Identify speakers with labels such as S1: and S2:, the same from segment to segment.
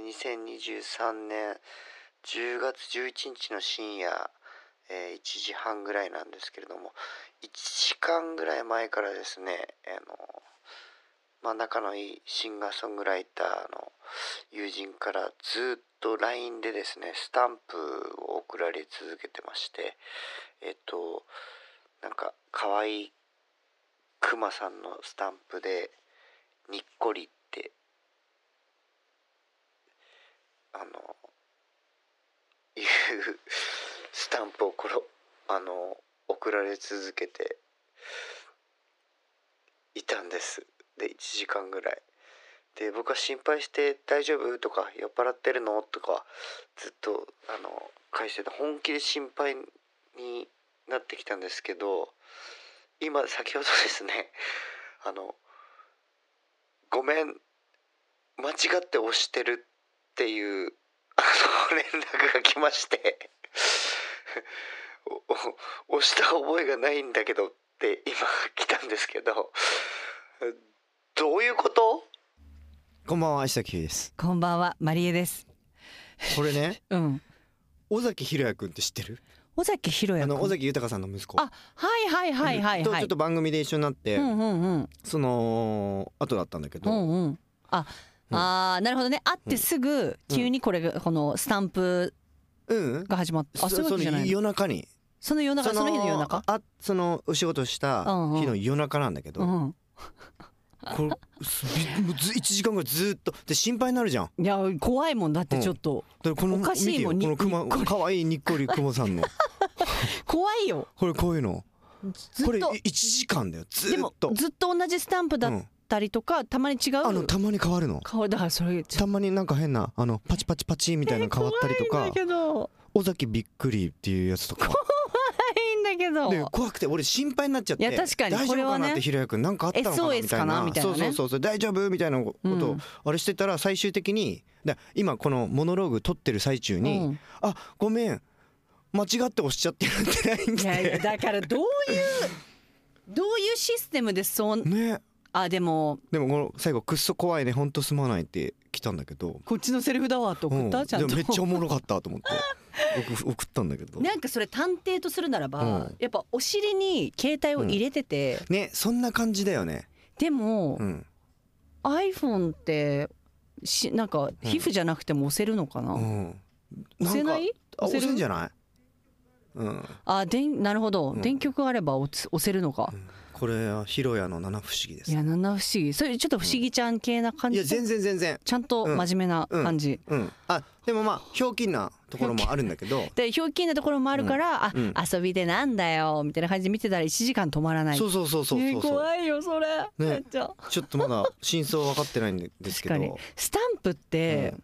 S1: 2023年10月11日の深夜、えー1時半ぐらいなんですけれども1時間ぐらい前からですね、あのまあ、仲のいいシンガーソングライターの友人からずっと LINE でですねスタンプを送られ続けてましてえっとなんか可愛いクマさんのスタンプで「にっこり」ってあのいうスタンプをころあの送られ続けていたんですで1時間ぐらいで僕は心配して「大丈夫?」とか「酔っ払ってるの?」とかずっとあの返してた本気で心配になってきたんですけど今先ほどですねあの「ごめん間違って押してる」っていうあの連絡が来まして おお押した覚えがないんだけどって今来たんですけどどういうこと
S2: こんばんは石崎ひゅうです
S3: こんばんは、マリエです。
S2: これね
S3: うん。
S2: 尾崎裕也くんって知ってる
S3: 尾崎裕也
S2: あ
S3: 君。
S2: の尾崎豊さんの息子
S3: あはいはいはいはい
S2: と
S3: は
S2: ち
S3: い。
S2: ょっと番組で一緒になって、
S3: うんうんうん
S2: その後だったんだけ
S3: う
S2: ど、
S3: んうん。あ、
S2: うん
S3: あーなるほどね。会ってすぐ急にこれがこのスタンプ
S2: うん、
S3: が始まって、あ
S2: そ
S3: そういうわ
S2: そ
S3: けじゃな
S2: の
S3: いの。
S2: 夜中に
S3: その夜中その日の夜中。
S2: あそのお仕事した日の夜中なんだけど、
S3: うん。
S2: これすびもうず1時間ぐらいずっとで心配になるじゃんだ
S3: いや怖いもんだってちょっと、
S2: からこの
S3: おかしいもん
S2: 見てよこの
S3: にっこ
S2: 熊
S3: り
S2: かわいいにっこりくもさんの
S3: 怖いよ。
S2: これこういうの
S3: ず
S2: これ
S3: っと。
S2: 1時間だよず
S3: で
S2: っ
S3: も
S2: と
S3: ずっと同じスタンプだっ
S2: うん
S3: たりとか、たまに違
S2: あの
S3: う。
S2: たまに変わるの
S3: 顔だからそれちょ
S2: たまになんか変なあのパチパチパチみたいなの変わったりと
S3: 怖い
S2: か
S3: んだけど
S2: 尾崎びっくりっていうやつとか
S3: 怖いんだけど
S2: で怖くて俺心配になっちゃって
S3: いや確かに
S2: 大丈
S3: これ
S2: 夫か
S3: はね
S2: なってひろやくんなんかあったのかな
S3: SOS
S2: みたいな
S3: かなみたいなね
S2: そうそうそうそう大丈夫みたいなこ
S3: う
S2: とを
S3: ん
S2: あれしてたら最終的にだ今このモノローグ撮ってる最中に、
S3: うん
S2: あごめん間違って押しちゃってるって LINE 来
S3: いやいや
S2: て
S3: だからどういうどういうシステムでそん
S2: ね
S3: あでも
S2: でもこの最後くっそ怖いねほんとすまないって来たんだけど
S3: こっちのセリフだわと送った、
S2: うん
S3: ちゃん
S2: で
S3: と
S2: もめっちゃおもろかったと思って送送ったんだけど
S3: なんかそれ探偵とするならば、
S2: うん
S3: やっぱお尻に携帯を入れてて、
S2: ねそんな感じだよね
S3: でも、
S2: うん
S3: iPhone ってしなんか皮膚じゃなくても押せるのかな、
S2: うん
S3: 押せない
S2: んかあ
S3: 押せ
S2: 押
S3: る
S2: せんじゃないうん
S3: あでんなるほど、
S2: うん
S3: 電極があれば押す押せるのか、
S2: これはヒロヤの七不思議です
S3: いや七不思議それちょっと不思議ちゃん系な感
S2: い
S3: じ、
S2: や全然全然
S3: ちゃんと真面目な感じ、
S2: うんあでもまあひょうきんなところもあるんだけど
S3: でひょうきんなところもあるから、
S2: うん
S3: あ遊びでなんだよみたいな感じで見てたら1時間止まらない
S2: そうそうそうそう
S3: ね
S2: そうそう
S3: 怖いよそれ、めっちゃ
S2: ちょっとまだ真相分かってないんでで
S3: 確
S2: すけ
S3: かに
S2: ど
S3: スタンプって、
S2: うん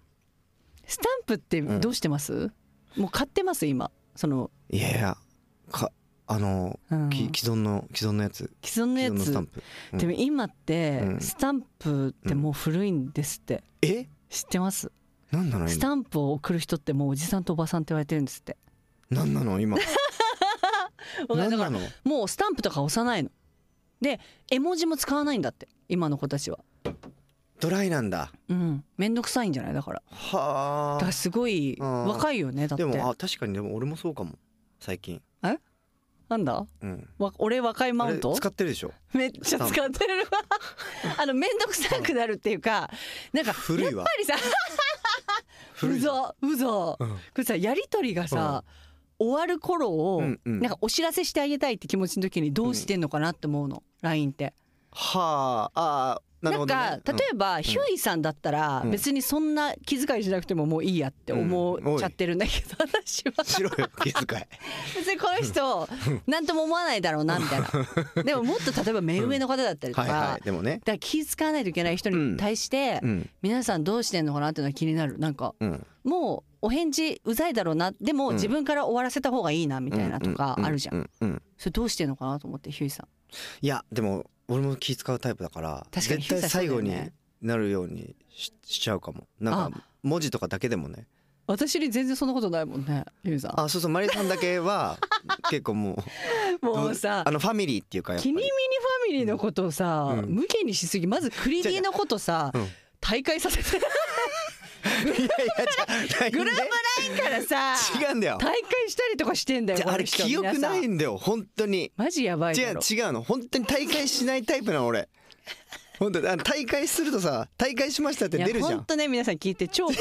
S3: スタンプってどうしてます、もう買ってます今その、
S2: いやいやかあの
S3: うん、
S2: き
S3: 既
S2: 既存の既存のやつ
S3: 存の
S2: 既
S3: や
S2: 存のス
S3: つ
S2: タンプうん
S3: でも今って、
S2: うん
S3: スタンプってもう古いんですって、
S2: え
S3: 知ってます
S2: なんなの
S3: ス
S2: 今
S3: タンプを送る人ってもうおじさんとおばさんって言われてるんですって
S2: なんなの 今
S3: わか
S2: なんん
S3: ないだか
S2: な
S3: ら
S2: の
S3: もうスタンプとか押さないので絵文字も使わないんだって今の子たちは
S2: ドライなんだ
S3: うん面倒くさいんじゃないだからだ
S2: は
S3: からすごい
S2: うん
S3: 若いよねだ
S2: あ
S3: って
S2: でもあ確かにでも俺もそうかも最近
S3: なんだ
S2: うん
S3: わ俺若いマウン
S2: あ
S3: ト
S2: れ使ってるでしょ
S3: めっちゃ使ってるあの面倒くさくなるっていうかなんか
S2: 古いわ
S3: やっぱりさ
S2: 古
S3: う
S2: いぞ
S3: ぞうぞこ
S2: うん
S3: れさやりとりがさ、終わる頃を、
S2: うんうん
S3: なんかお知らせしてあげたいって気持ちの時にどうしてんのかなって思うの、LINE って
S2: はああーな
S3: な
S2: るほ
S3: ん
S2: どね
S3: か例えば、ヒューイさんだったら、
S2: うん
S3: 別にそんな気遣いしなくてももういいやって思っちゃってるんだけど、 私は
S2: うんしろよ気遣い
S3: 別にこの人何とも思わないだろうなみたい なでももっと例えば目上の方だったりとか、
S2: はいはいでもね
S3: だから気遣わないといけない人に対して、
S2: うん
S3: 皆さんどうしてんのかなっていうのは気になるなんか
S2: うん
S3: もうお返事うざいだろうなでも
S2: うん
S3: 自分から終わらせた方がいいなみたいなとかあるじゃん、
S2: うんうんうん
S3: それどうしてんのかなと思ってひゅーいさん
S2: いやでも俺も気使うタイプだから
S3: 確かに
S2: 絶対最後
S3: ヒューイさんそうだよ
S2: に
S3: ね
S2: なるようにししちゃうかもなんか文字とかだけでもね
S3: 私に全然そんなことないもんねひゅーいさん
S2: あそうそうマリさんだ けは結構もう
S3: もうさ
S2: あのファミリーっていうかやっぱ
S3: 君ミニ
S2: り
S3: ファミリーのことをさ、
S2: うん
S3: 無限にしすぎまずクリディのことさ
S2: うん
S3: 大会させて
S2: いやいやじゃあ
S3: グループラインから さ
S2: LINE で違うんだよ
S3: 退会したりとかしてんだよ
S2: じゃああ
S3: この
S2: れ
S3: 人
S2: 記憶な
S3: 皆
S2: い
S3: さん
S2: んだよ本当に
S3: マジやばい
S2: 違
S3: だ
S2: う
S3: ろ
S2: 違うの本当に大会しないタイプな の俺本当にあの大会するとさ大会しましたって出るじ
S3: い
S2: ゃ
S3: や
S2: ん
S3: 本当ね皆さん聞いて超 超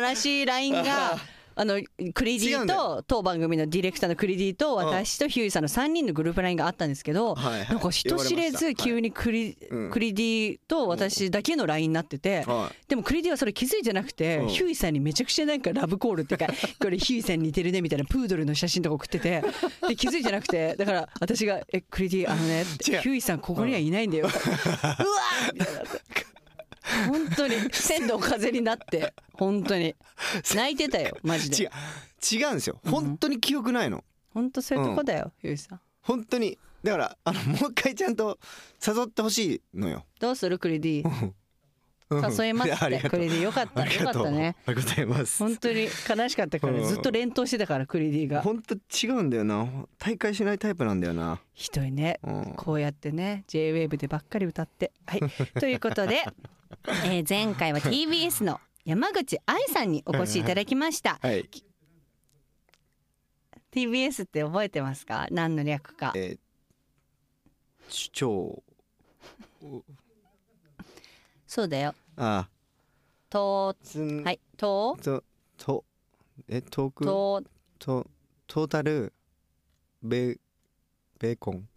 S3: 悲しい LINE があのクリデ
S2: 違う
S3: ィ
S2: んだよ
S3: と当番組のディレクターのクリディと私とヒューイさんの3人のグループ LINE があったんですけど、
S2: はいはい
S3: なんか人知れず急にクリ,、
S2: いうん
S3: クリディと私だけの LINE になってて。
S2: はい
S3: でもクリディはそれ気づいてなくて、
S2: うん
S3: ヒューイさんにめちゃくちゃなんかラブコールっていう かこれヒューイさんに似てるねみたいなプードルの写真とか送っててで気づいてなくてだから私が「えクリディあのねって
S2: 違う
S3: ヒューイさんここにはいないんだよ」うわーみたいな本 当に鮮度風になって本当に泣いてたよマジ
S2: 違
S3: で
S2: う違うんですよ本当に記憶ないの
S3: 本当そういうとこだよ、ヒューイさん
S2: 本当にだからあのもう一回ちゃんと誘ってほしいのよ
S3: どうするクリディ誘えます
S2: いやあ
S3: っ
S2: り
S3: て
S2: が
S3: ク
S2: とう
S3: リディよかった
S2: あ
S3: よ
S2: り
S3: か
S2: が
S3: っ
S2: とう
S3: たね
S2: ありがとうございます
S3: 本当に悲しかったから
S2: うん
S3: ずっと連投してたからクリディが
S2: 本当違うんだよな大会しないタイプなんだよな、
S3: ひどいね
S2: うん、
S3: こうやってね JWAVE でばっかり歌って。はい、ということで、えー前回は TBS の山口愛さんにお越しいただきました。
S2: はい
S3: TBS って覚えてますか何の略か。
S2: えー、主張
S3: そうだよ。
S2: あ
S3: と
S2: つん、
S3: はい。と
S2: ととえトークと
S3: と
S2: とトータルベベー コン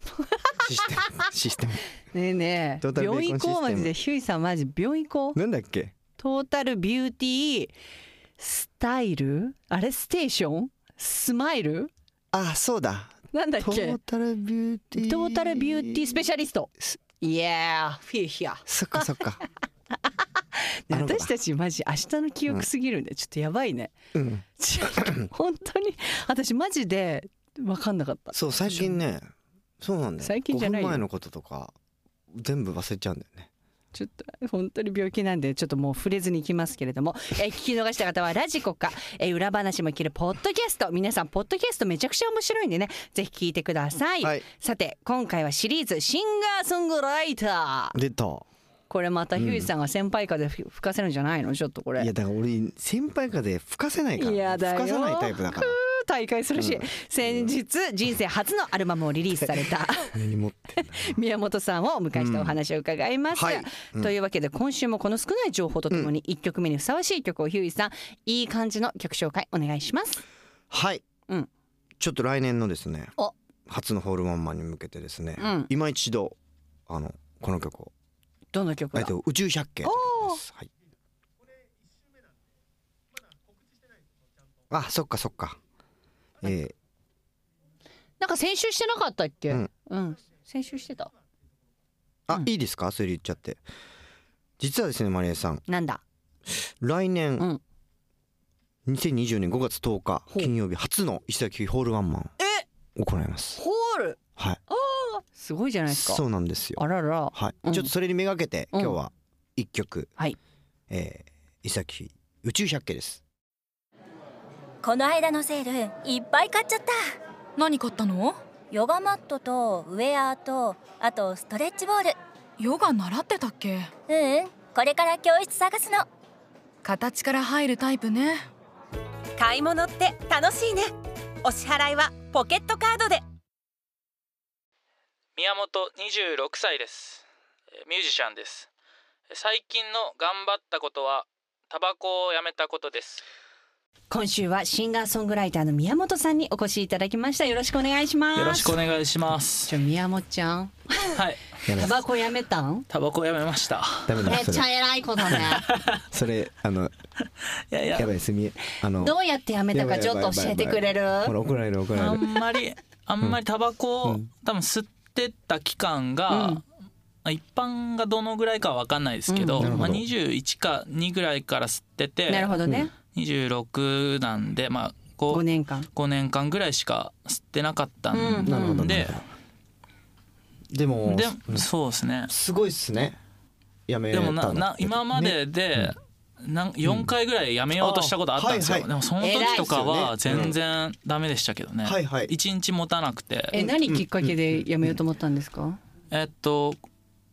S2: システムシステム
S3: ねえね
S2: トータ
S3: え
S2: ルベーコン
S3: 病院行こうマ
S2: システム
S3: ジでひゅいさんマジ病院行こう
S2: なんだっけ
S3: トータルビューティースタイルあれステーションスマイル
S2: あそうだ
S3: なんだっ
S2: ト
S3: け
S2: ータルビューティー
S3: トータルビューティースペシャリスト
S2: す
S3: イエーフィーヒア
S2: そっかそ っかなるほど
S3: 私たちマジ明日の記憶すぎるんで、ちょっとやばい ね
S2: うん
S3: 本当に私マジで分かんなかった
S2: そう最近ねそうなんだよ
S3: 最近じゃないよ
S2: 5分前のこととか全部忘れちゃうんだよね
S3: ちょっと本当に病気なんでちょっともう触れずにいきますけれど も、えー聞き逃した方はラジコか、えー裏話も聞けるポッドキャスト皆さんポッドキャストめちゃくちゃ面白いんでねぜひ聞いてください、
S2: はい
S3: さて今回はシリーズシンガーソングライター
S2: 出た
S3: これまたヒューイさんが先輩風吹かせるんじゃないのちょっとこれ
S2: いやだから俺先輩風で吹かせないから
S3: いやだよ
S2: 吹かさないタイプだ から
S3: 大会するし、
S2: うん
S3: 先日人生初のアルバムをリリースされ た
S2: 何持ってんだ
S3: 宮本さんをお迎えしてお話を伺います、
S2: はい
S3: というわけで今週もこの少ない情報とともに1曲目にふさわしい曲をヒューイさんいい感じの曲紹介お願いします
S2: はい、
S3: うん
S2: ちょっと来年のですね
S3: お
S2: 初のホールワンマンに向けてですね、
S3: うん
S2: 今一度あのこの曲を
S3: どの曲
S2: えっ
S3: だ
S2: と宇宙百景という曲ですはいあそっかそっかえー
S3: なんか先週してなかったっけう
S2: うんん、
S3: 先週してた
S2: あ、
S3: うん
S2: いいですかそれ言っちゃって実はですねマリエさん
S3: なんだ
S2: 来年、
S3: うん
S2: 2020年5月10日
S3: ほう
S2: 金曜日初の石崎ホールワンマンを行います
S3: ホール
S2: は
S3: すごいじゃない
S2: い
S3: ですか
S2: そうなんですよ
S3: あらら
S2: はい、
S3: うん
S2: ちょっとそれにめがけて
S3: うん
S2: 今日は一曲、
S3: はい
S2: えー、伊崎宇宙百景です
S4: この間のセールいっぱい買っちゃった
S5: 何買ったの
S4: ヨガマットとウェアとあとストレッチボール
S5: ヨガ習ってたっけ
S4: うんうんこれから教室探すの
S5: 形から入るタイプね
S6: 買い物って楽しいねお支払いはポケットカードで
S7: 宮本26歳ですえーミュージシャンです最近の頑張ったことはタバコをやめたことです
S3: 今週はシンガーソングライターの宮本さんにお越しいただきましたよろしくお願いします
S7: よろしくお願いします
S3: ちょ宮本ちゃん
S7: はい
S3: タバコやめたん
S7: タバコやめました
S2: ダメ
S3: め
S2: だ
S3: っ
S2: そ
S3: ちゃ
S2: れ
S3: 偉い子だね
S2: それあの
S7: いやいや
S2: やばいすみあの
S3: どうやってやめたかちょっと教えてくれる
S2: ほら怒られる怒ら
S7: あ
S2: れる
S7: んまりあんまりタバコを、
S2: うん
S7: 多分吸ってた期間が、
S3: うん
S7: まあ一般がどのぐらいかわかんないですけど,、
S2: うんなるほ
S7: ま
S2: ど
S7: あ、21か2ぐらいから吸ってて
S3: なるほどね
S7: 26なんでまあ
S3: 5
S7: 5,
S3: 年間
S7: 5年間ぐらいしか吸ってなかったん
S3: うん
S2: なるほど
S7: で、
S2: でも
S7: ですそうですね
S2: すごいっすねやめ
S7: で
S2: た
S7: も
S2: の
S7: なな今ま
S2: ね
S7: でで、なん4回ぐらいやめようとしたことあったんですよ、
S2: うんあ
S7: でもその時とかは全然ダメでしたけどね、
S2: はいはい
S7: 一日持たなくて
S3: え何きっかけでやめようと思ったんですか
S7: えっと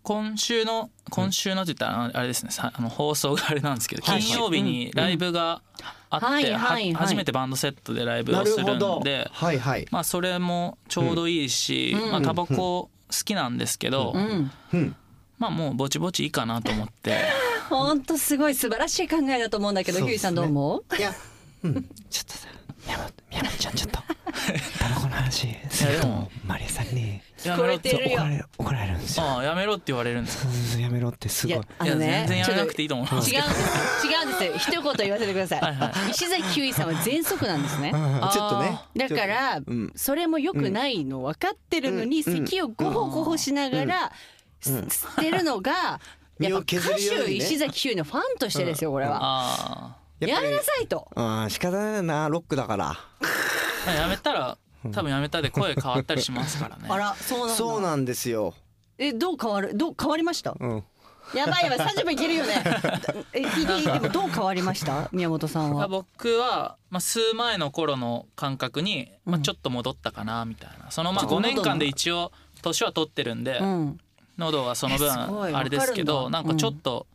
S7: 今週の今週のって言ったらあのあれですねさあの放送があれなんですけど
S3: はい
S7: 金曜日にライブがあって、
S3: はい
S7: は
S3: はいはい
S7: 初めてバンドセットでライブ
S2: な
S7: を
S2: る
S7: する
S2: ほど
S7: んで、
S2: はいはい
S7: まあ、それもちょうどいいし、
S3: うん
S7: ま
S3: う
S7: あ、
S3: ん
S7: タバコ好きなんですけど、
S3: うん、
S2: うん
S7: まあもうぼちぼちいいかなと思って
S3: 本当すごい素晴らしい考えだと思うんだけど、
S2: そう
S3: ひゅー
S2: で
S3: い
S2: すね
S3: さんどう思う？
S2: いやうんちょっとさ宮本宮本ちゃんちょっとタバコの話する
S7: いやでも
S2: とマリアさんに
S7: やめろって
S3: 聞こえてる
S2: 怒
S3: よ
S2: られる怒られるんですよ
S7: ああやめろって言われるんです
S2: うんやめろってす
S3: い
S2: ごい
S3: やあ
S7: いや
S3: のね
S7: 全然やめなくていい
S3: ち
S7: と
S3: ょっ
S7: 思い
S3: と
S7: ま
S3: 違
S7: す
S3: うんです違うんです一言言わせてください
S7: はいは
S3: 石崎ひゅーいさんは喘息なんですね
S2: うん
S7: あー
S2: ちょっとね
S3: だから、
S2: ちょっとうん
S3: それも良くないの分かってるのに、
S2: うん
S3: 咳をゴホゴホしながら、
S2: うんうん
S3: す捨てるのが、
S2: 身
S3: やっ
S2: を
S3: ぱ
S2: 削
S3: 歌
S2: るよう
S3: 手
S2: にね
S3: 石崎ひゅーいのファンとしてですよ、これは、
S7: あ
S2: や
S3: や
S2: っぱ
S3: め
S2: り
S3: なさいと
S2: うん仕方ないなロックだから
S7: あまあやめたら多分やめたで声変わったりしますからね
S3: あらそうなんだ
S2: そうなんですよ
S3: えどう変わるどう変わりました
S2: うん
S3: やばいやばい30分いけるよね え聞いていいでもどう変わりました宮本さん
S7: まあ
S3: は
S7: 僕は、まあ、数前の頃の感覚に、ま
S3: う
S7: あ、
S3: ん
S7: ちょっと戻ったかなみたいなそのまあ
S3: ちょっと
S7: 5
S3: 戻った
S7: 年間で一応年は取ってるんで、
S3: うん
S7: 喉はその分
S3: えすごい
S7: あれですけ
S3: わかる
S7: ど
S3: んだ
S7: なんかちょっと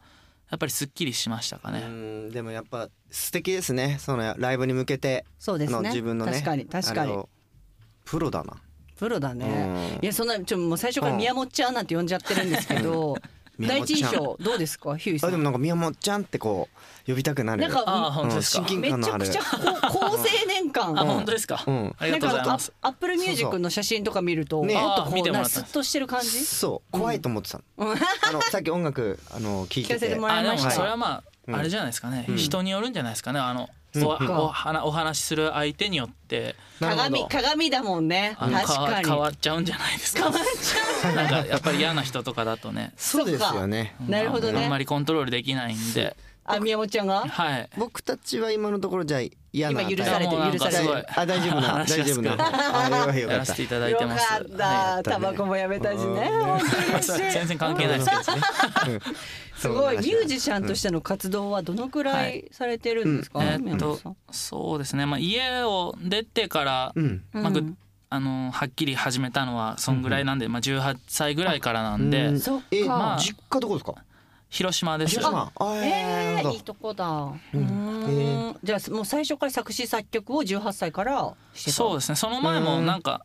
S7: やっぱりすっきりしましたか
S2: う
S7: ね、
S2: んでもやっぱ素敵ですねそのライブに向けて
S3: そうです
S2: の
S3: ね
S2: 自分のね
S3: 確かに確か
S2: あれ
S3: に
S2: をプロだな
S3: プロだね
S2: うん
S3: いやそんなちょもう最初から宮本ちゃんなんて呼んじゃってるんですけど
S2: うん
S3: 第一印象どうですかヒューイさ
S2: あでも
S3: ん
S2: なんか宮本ちゃんってこう呼びたくなる
S3: なん
S7: ああ
S3: か
S7: 本当です
S2: うん親
S7: か、
S2: 近
S3: め
S2: 感
S3: ち
S2: の
S3: ゃ
S2: あ
S3: く
S2: る
S3: ちゃこ高青年感
S7: あ本当ですか、
S2: うん
S7: ありがとうございます
S3: アップルミュージックの写真とか見るともっ
S2: ね
S3: と
S7: あ
S3: こ
S7: 見
S3: う
S7: ても
S3: な
S7: ら
S3: ん
S7: っ
S3: か
S7: た
S3: スッとしてる感じ
S2: そう怖いと思ってたの,、
S3: うん
S2: あのさっき音楽あの聞いて
S3: 聞かせ
S2: て
S3: ても
S7: あ
S3: らいま
S7: でも
S3: した
S7: それはま
S2: うん
S7: ああれじゃないですかね、
S2: うん
S7: 人によるんじゃないですかねあのお
S2: そっ
S3: か
S7: お話お話しする相手によって
S2: なる
S3: 鏡
S2: ほど
S3: 鏡だもんね
S7: あの
S3: 確かに
S7: 変わっちゃうんじゃないですかなんかやっぱり嫌な人とかだとね
S2: そうですよね
S3: なるほど
S7: あんま
S3: ね
S7: りコントロールできないんで
S3: あ宮本ちゃんが
S7: はい
S2: 僕たちは今のところじゃあ嫌な
S3: 今許されて
S7: いやもう
S3: 許され
S7: なんかすご
S3: て
S7: い
S2: あ大丈夫な
S7: 話
S2: 大
S7: が
S2: 丈夫
S7: 少ない
S2: なあれはよ
S7: や
S2: からった
S7: せていただいてます。
S3: よかった、
S7: は
S2: ったね
S3: タバコもやめたし
S2: うん
S3: ね本当に
S7: いまあ
S3: 嬉し
S7: それ
S3: い
S7: 全然関係ないですけどね。
S3: すごいミュージシャンとしての活動はどのくら
S7: はいい
S3: されてるんですか、
S7: え
S3: 宮
S7: ーっ
S3: 本
S7: と
S3: さん
S7: そうですね。まあ家を出てから、
S2: うん
S7: まあぐ
S3: うん
S7: あのはっきり始めたのはそんぐらいなんで、まあ18歳ぐらいからなんで、
S2: うん
S3: そっか
S2: え、
S7: まあ
S2: 実家どこですか
S7: 広島です。
S2: 広島あ
S3: えー、
S2: なるほ
S3: い
S2: ど
S3: いとこだ、う
S2: うん
S3: ーんじゃあもう最初から作詞作曲を18歳からしてた
S7: そう
S3: う
S7: ですね。その前も
S2: うん
S7: なんか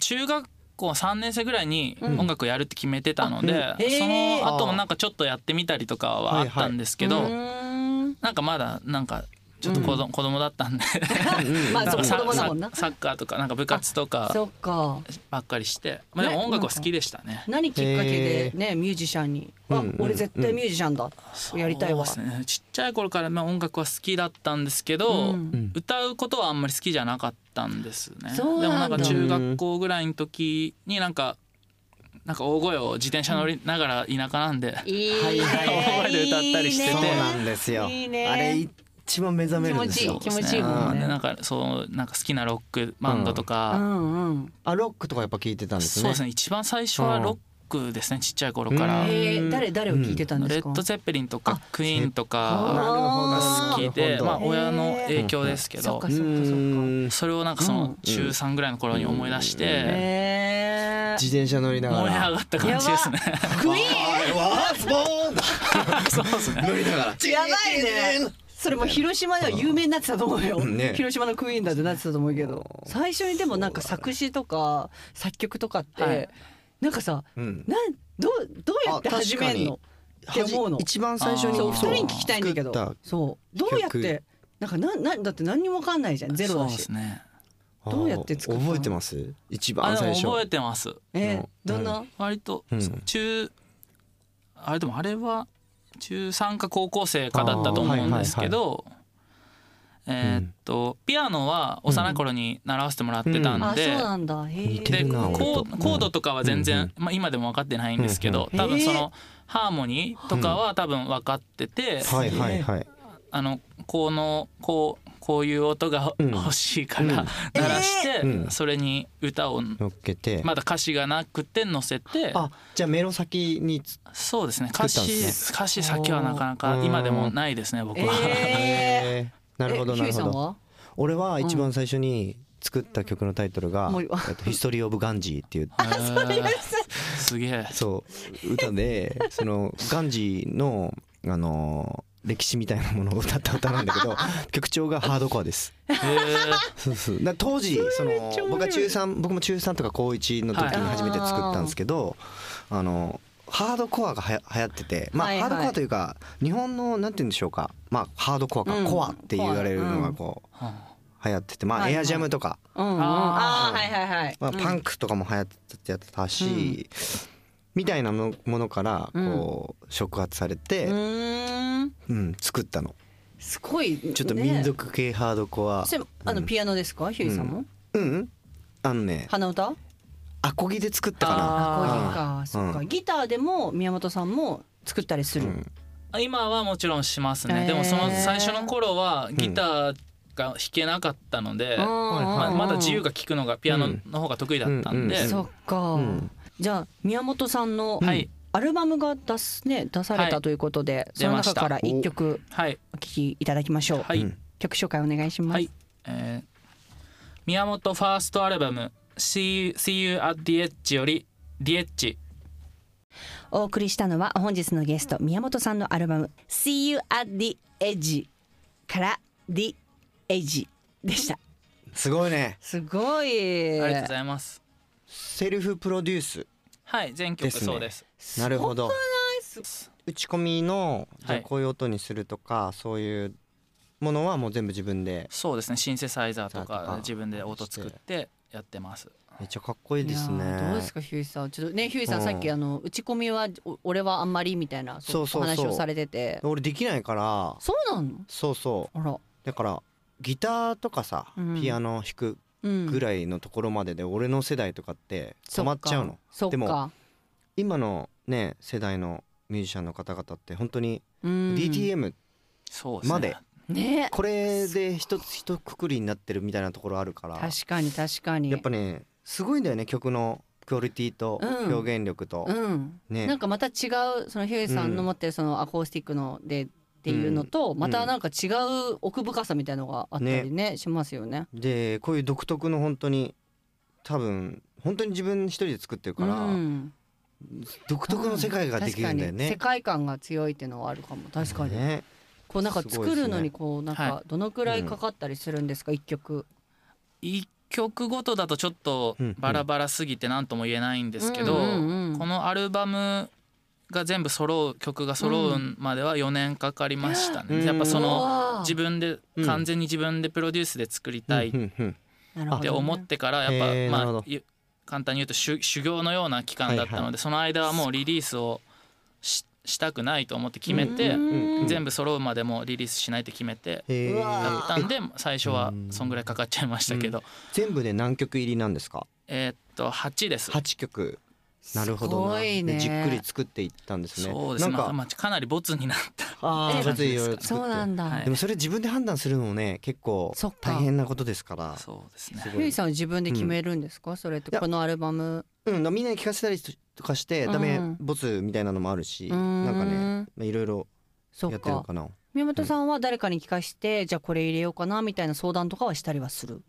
S7: 中学校3年生ぐらいに
S3: うん
S7: 音楽やるって決めてたので、
S2: あ
S3: うん
S7: そ
S3: へー
S7: の後もなんかちょっとやってみたりとかはあったんですけど、
S3: ど
S7: なんかまだなんかちょっと子供、子供だったんで、
S3: まあ
S7: なん
S3: そ
S7: か
S3: う子供
S7: サ
S3: だもんな
S7: ササッカーとかなんか部活とか
S3: そっか
S7: ばっかりして、まあ、でも音楽は好きでしたね。
S3: 何きっかけでねミュージシャンに、あ
S2: うんうん
S3: 俺絶対ミュージシャンだ、やりたいわ
S7: そうですねちっちゃい頃からまあ音楽は好きだったんですけど、
S3: うん
S7: 歌うことはあんまり好きじゃなかったんですね。
S3: そう
S7: でも
S3: な
S7: なん
S3: だ
S7: んか中学校ぐらいの時になんかなんか大声を自転車乗りながら田舎なんで、
S3: いいね
S2: はいはい
S7: 大声で歌ったりしてて
S2: そうな
S3: ね
S2: んですよ
S3: いいね
S2: あれ一番目覚めるんです
S3: 気持
S2: よ
S3: ちいい気持ちいいもんね
S7: うんでなんかそうなんか好きなロックバンドと
S3: う
S7: か、
S3: んうん
S2: あロックとかやっぱ聞いてたんです
S7: そう
S2: ね
S7: ですね一番最初はロックですねちっちゃい頃から。
S3: えー、誰誰を聞いてたんで
S7: レ
S3: すか、
S7: ッド・ゼッペリンとかクイーンと
S2: なる
S7: か
S2: ほど
S7: が
S2: な
S7: 好
S2: る
S7: き
S2: ほど
S7: で、まあ、親の影響ですけ
S3: そっ
S7: ど
S3: かそっかそっか
S7: それをなんかその中3ぐらいの頃に思い出して
S3: え
S2: 自転車乗りなが
S7: 燃え上
S2: ら
S7: がった感じですね。
S3: ー、クイーン
S2: わあスポーンだ
S7: そうですね
S2: 乗りながら
S3: やばいねそれも広島では有名になってたと思うよ、
S2: うんね
S3: 広島のクイーンだってなってたと思うけど最初にでもなんか作詞とか作曲とかって、
S7: はい
S3: なんかさ
S2: うん
S3: なんどうどうやって
S2: あ確
S3: 始
S2: かに
S3: めんのって思うの
S2: はじ一番最初に
S7: あ
S3: そう
S7: ー
S3: 二人に聞きたいんだけ
S2: 作っ
S3: どそうどうやっ
S2: 曲
S3: てなんかなんなんだって何にもわかんないじゃんゼロ
S7: そ
S3: だ
S7: うで
S3: し、
S7: すね。
S2: た
S3: どうやって作ったの
S2: 覚えてます一
S7: あ
S2: 番
S7: で
S2: 最
S7: も
S2: 初
S7: 覚えてます。
S3: え
S2: うん
S3: どんな、
S7: 割と
S2: うん
S7: 中あれでもあれは中3か高校生かだったと思うんですけど。えーっとピアノは幼い頃に習わせてもらってた
S3: あ
S7: ん
S3: そう
S7: で、
S3: なんだへ
S2: 似て
S7: で
S2: るな俺
S7: コ
S2: と
S7: ーコードとかは全然、まあ、今でも分かってないんですけど、
S3: うんうん
S7: 多分そのハーモニーとかは多分分かってて、
S2: はいはいはい
S7: あのこのこうこういう音が
S2: うん
S7: 欲しいから鳴らして、
S2: うん
S7: それに歌を
S2: 乗っけて
S7: まだ歌詞がなくて乗せて
S2: あじゃあメロ先につ
S7: そうですね
S2: 作
S7: 歌
S2: ったん
S7: 詞
S2: です
S7: 歌詞先はなかなか今でもないですね僕は。
S3: えー
S2: へー なるほど
S3: え
S2: なる
S3: ひゅーい
S2: ほ
S3: さん
S2: ど
S3: は
S2: 俺は一番最初に作った曲のタイトルが
S3: もう
S2: 「えっとヒストリー・オブ・ガンジー」っていう
S7: えーすげえ
S2: そう歌でそのガンジーのあのー歴史みたいなものを歌った歌なんだけど曲調がハードコアです。
S7: へー
S2: そうそうだから当時その僕が中3僕も中3とか高1の時に初めて作ったんですけど、あのハードコアがはや流行ってて、まあ
S3: はい
S2: ハ
S3: は
S2: ー
S3: い
S2: ドコアというか日本のなんて言うんでしょうか、まあハードコアか
S3: うん
S2: コアって言われるのがこう
S7: は
S2: 流行ってて、まあ
S3: はい
S2: エ
S3: はい
S2: アジャムとか、
S3: うんうん、
S7: あ
S3: あーはいはいはい、
S2: まあパン
S3: ク
S2: クとかも流行ってやってたし、
S3: うん
S2: みたいなもものからこう触発されて、
S3: う
S2: うん
S3: ーん
S2: 作ったの。
S3: すごい
S2: ちょっと
S3: ね
S2: 民族系ハードコア。
S3: それあの
S2: うん
S3: ピアノですか、ひゅーいさんも、
S2: うんうんあのね
S3: 鼻歌
S2: アコギで作ったか
S7: あ
S2: な。
S3: こういうか、
S2: うん
S3: そっか
S2: うん
S3: ギターでも宮本さんも作ったりす
S2: う
S3: る、
S2: ん
S7: 今はもちろんしますね、
S3: へー
S7: でもその最初の頃はギターが弾けなかったの
S3: う
S7: で、
S3: ん
S7: まあ
S2: はい
S7: まだ自由が利くのがピアノの方が得意だったんで、
S2: うんうんうん
S3: そっか、
S2: うん
S3: じゃあ宮本さんの
S7: はい
S3: アルバムが出すね出され
S7: は
S3: た
S7: い
S3: ということで、そ
S7: 出
S3: の
S7: まし
S3: 中
S7: た
S3: から一曲
S7: はい
S3: お聴きいただきましょう、
S7: はい、
S2: うん
S3: 曲紹介お願いします、
S7: はいえー宮本ファーストアルバム「See You- See You at the Edge」より「The Edge
S3: お送りしたのは本日のゲスト宮本さんのアルバム「See You at the Edge」から「The Edge」でした
S2: すごいね。
S3: すごい」
S7: ありがとうございます
S2: セルフプロデュース。
S7: はい全曲
S2: ですね
S7: そうです
S2: なるほど。打ち込みのじゃあ
S7: はい
S2: こういう音にするとか、そういうものはもう全部自分で
S7: そうですねシンセサイザーと
S2: とか
S7: か自分で音作ってやってます
S2: めっちゃかっこいいです
S3: いやーどう
S2: ね
S3: です。かヒューイさんちょっとねヒューイさん、
S2: うん
S3: さっきあの打ち込みはお俺はあんまりみたいな
S2: そうそうそう
S3: お話をされてて
S2: 俺できないから、
S3: そうなの
S2: そうそう。
S3: あら、
S2: だからギターとかさ、
S3: うん
S2: ピアノ弾く
S3: うん、
S2: ぐらいのところまでで、俺の世代とかって止まっちゃうの。
S3: そっか
S2: でも
S3: そっか
S2: 今のね世代のミュージシャンの方々って本当に
S3: うん
S2: DTM
S7: そうですね
S2: まで
S3: ね
S2: これで一つ一括りになってるみたいなところあるから
S3: 確かに確かに
S2: やっぱねすごいんだよね曲のクオリティと
S3: うん
S2: 表現力と、
S3: うん、
S2: ね
S3: なんかまた違うそのヒューイさんの持ってるそのアコースティックのでっていうのと、またなんか違う奥深さみたいのがあったりねしますよね。
S2: でこういう独特の本当に多分本当に自分一人で作ってるから、
S3: うん、
S2: 独特の世界ができるんだよ
S3: 確かに
S2: ね
S3: 世。界観が強いっていうのはあるかも確かに。
S2: ね
S3: こうなんか
S2: すごい
S3: 作
S2: ですね
S3: るのにこうなんか
S7: は
S3: どのくらいかかったりするんですか一曲。
S7: 一曲ごとだとちょっと
S2: うんうん
S7: バラバラすぎて何とも言えないんですけど、
S3: うんうんうん
S7: このアルバムが全部揃う曲が揃うまでは4年かかりましたね、
S2: うん
S7: やっぱその
S3: の
S7: 自分で
S2: うん
S7: 完全に自分でプロデュースで作りたいっ
S2: うんうん
S3: 分
S7: て思ってからやっぱ、
S2: へーなるほ
S7: まあ
S2: ど
S7: ゆ簡単に言うと修修行のような期間だったので、
S2: はいは
S7: その間はもうリリースをししたくないと思って決めて、
S2: うんうん
S7: 全部揃うまでもうリリースしないって決めて
S2: へー
S3: うわ
S7: だったんで最初は
S2: うん
S7: そんぐらいかかっちゃいましたけど、
S2: 全部で何曲入りなんですか
S7: えーっと8です。
S2: 八曲なるほど
S3: す
S2: な
S3: ごいね
S2: でじっくり作っていったんですね
S7: そうですね。
S2: なん
S7: まあ
S2: か、
S7: まあかなりボツになった。
S2: あ
S7: え
S2: ーちょっといろいろ作って
S3: そうなんだ。
S7: はい
S2: でもそれ自分で判断するのもね結構
S3: そっか
S2: 大変なことですから
S7: そうですね。
S3: ヒ
S2: す
S3: ュ
S2: ご
S3: ー
S2: い
S3: イさんは自分で決めるんですか、それってこのアルバム。
S2: うん、みんなに聞かせたりとかしてダメ
S3: うん
S2: ボツみたいなのもあるし
S3: うん
S2: なんかねまあいろいろ
S3: そ
S2: や
S3: っ
S2: ってるの
S3: か
S2: かな
S3: 宮本さんは誰かに聞かして、じゃあこれ入れようかなみたいな相談とかはしたりはする。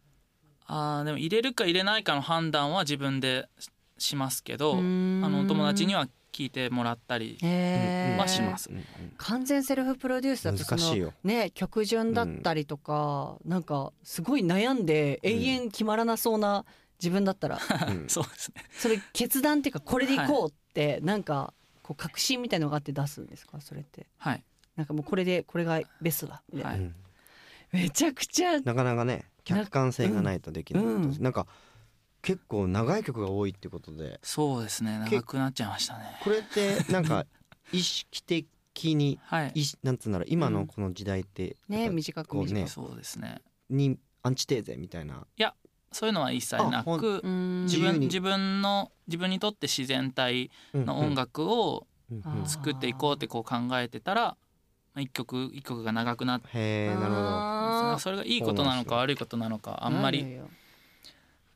S7: ああでも入れるか入れないかの判断は自分でししますけど、あの友達に
S3: は、
S7: は聞いてもらったり。
S3: えー
S7: はします
S2: うんうん
S3: 完全セルフプロデュースだとそ
S2: 難しい
S3: の
S2: よ
S3: ね曲順だったりとか、なんかすごい悩んで
S2: ん
S3: 永遠決まらなそうな自分だったら、
S2: うん
S7: そうですね。
S3: それ決断っていうかこれでいこうってなんかこう確信みたいのがあって出すんですかそれって
S7: はい。
S3: なんかもうこれでこれがベストだみたいな、
S7: は
S2: う
S7: い
S2: ん
S3: めちゃくちゃ
S2: なかなかね客観性がないとできないことです
S3: う
S2: なんか結構長い曲が多いってことで
S7: そうですね。
S2: け
S7: 長くなっちゃいましたね。
S2: これってなんか意識的に
S7: はい。
S2: いなんつうんだろう今のこの時代って
S3: ね
S2: やっぱ
S3: 短く
S2: こう
S3: 短く、
S2: ね
S7: そうですね。
S2: にアンチテーゼみたいな
S7: そういうのは一切な
S2: あほん
S7: く
S3: う、ん
S7: 自
S2: 自由に
S7: 分自分の自分にとって自然体の音楽を
S2: うんうん
S3: あー
S7: 作っていこうってこう考えてたら、まあ一曲一曲が長くなって、
S2: へえなるほど
S3: あー
S7: それがいいことなのか悪いことなのかあんま
S3: なる
S7: り
S3: よ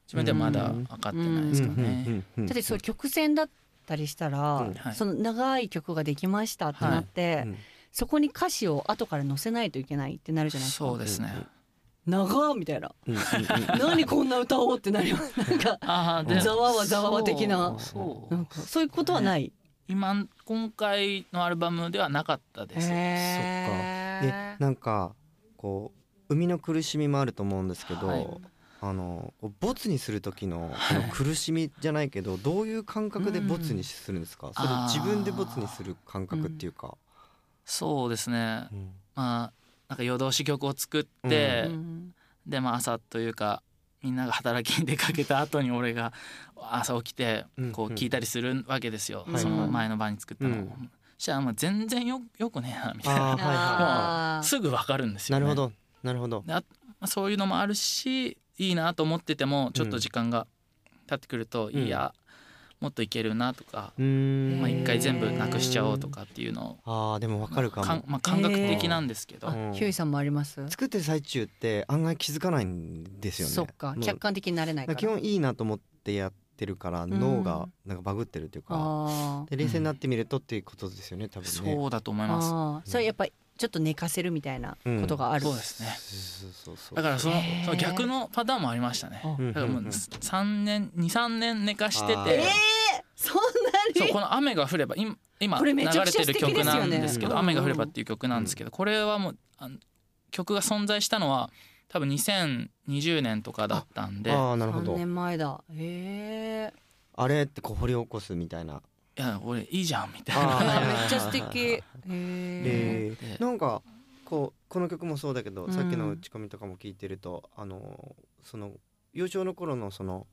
S7: 自分ではまだ分かってないですかね。
S2: うんうんうんうん
S3: だってそう曲線だったりしたら、
S2: うん
S7: はい
S3: その長い曲ができましたってなって、
S2: うん
S3: そこに歌詞を後から載せないといけないってなるじゃないですか。
S7: そうですね。
S3: 長っみたいな
S2: うんうんうん
S3: 何こんな歌おうってなりますなんか
S7: あー
S3: ざわわざわわ的な
S7: そう
S3: なんかそういうことはない
S7: 今今回のアルバムではなかったです、
S2: えなんかこう生みの苦しみもあると思うんですけど、
S7: はい
S2: あのこうボツにする時のこの苦しみじゃないけどどういう感覚でボツにするんですか、それ
S7: あー
S2: 自分でボツにする感覚っていうか、
S7: そうですね
S2: うん
S7: まあなんか夜通し曲を作って、
S3: うん
S7: でまあ朝というかみんなが働きに出かけた後に俺が朝起きて
S2: うん
S7: こう
S2: うん
S7: 聞いたりするわけですよ、
S3: はい
S7: その前の晩に作ったのを、
S2: うん
S7: そしたらもう全然よよくねえなみたい
S2: あー
S7: な
S3: あー
S7: すぐわかるんです
S2: な
S7: よ、ね、
S2: るほどなるほど
S7: であまあそういうのもあるしいいなと思っててもちょっと時間が経ってくると、
S2: ん
S7: いやもっといけるなとか、
S2: うーん、
S7: まあ、一回全部なくしちゃおうとかっていうのを
S2: あーでもわかるかも
S7: かんまあ、感覚的なんですけど、
S2: うん
S3: ヒューイさんもあります
S2: 作ってる最中って案外気づかないんですよね
S3: そっか
S2: もう
S3: 客観的になれない
S2: だか
S3: か
S2: ら
S3: ら
S2: 基本いいなと思ってやってるから
S3: ん
S2: 脳がなんかバグってるっていうか、
S3: あー
S2: で冷静になってみるとっていうことですよね多分ね
S7: そうだと思います。
S3: あーそれやっぱりちょっと寝かせるみたいなことがある
S7: そうですね
S2: そうそうそう
S7: だからその
S3: へー
S7: その逆のパターンもありましたね。
S2: うん
S7: だからも
S2: うんう
S7: うん三年二三年寝かして
S2: あー
S7: て、
S3: そんな
S7: そう
S3: に
S7: この雨が降れば今今
S3: これ
S7: 流
S3: めちゃく
S7: れ
S3: ちゃ素
S7: てる
S3: 敵ですよね
S7: 曲なんですけ
S3: うん
S7: ど、雨が降ればっていう曲なんですけど、これはもうあの曲が存在したのは多分2020年とかだったんで、い
S2: ああなるほ
S3: 3
S2: ど
S3: 年前だへえ
S2: あれってこう掘り起こすみたいな
S7: や俺いいじゃんみたい
S2: あ
S7: な。
S2: ー
S3: めっちゃ素敵へえ
S2: で
S7: で
S2: なんかこうこの曲もそうだけど、
S3: うん
S2: さっきの打ち込みとかも聞いてるとあのその幼少の頃のその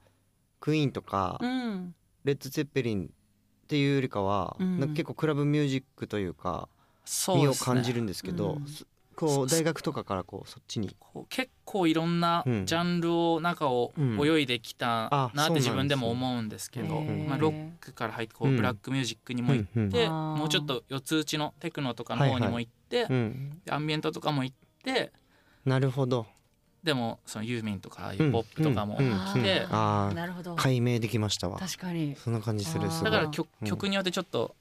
S2: クイーンとか、
S3: うん
S2: レッド・ツェッペリンっていうよりかは、
S3: うん
S2: なんか結構クラブミュージックというか
S7: そう
S2: 身
S7: で
S2: を
S7: すね
S2: 感じるんですけど
S3: うん
S2: すこう大学とかからこうそっちに
S7: こう結構いろんなジ
S2: うん
S7: ャンルを中を泳いできた
S2: うんあ
S7: な
S2: そうな
S7: っ
S2: ん
S7: て
S2: です
S7: 自
S2: ね
S7: 分でも思うんですけど、
S2: うん
S7: まあ、ロックから入ってこう、
S2: うん
S7: ブラックミュージックにも行って、
S3: うんうん
S7: もうちょっと四つ打ちのテクノとかの方にも行って、
S2: うん、
S7: でアンビエントとかも行って
S2: なるほど
S7: でもそのユーミンとかああいうポップとかも
S2: うんうん
S7: 来て、
S2: うんあー
S3: なるほど
S2: 解明できましたわ
S3: 確かに
S2: そんな感じするすご
S7: だ
S2: い
S7: から曲,、
S2: うん
S7: 曲によってちょっと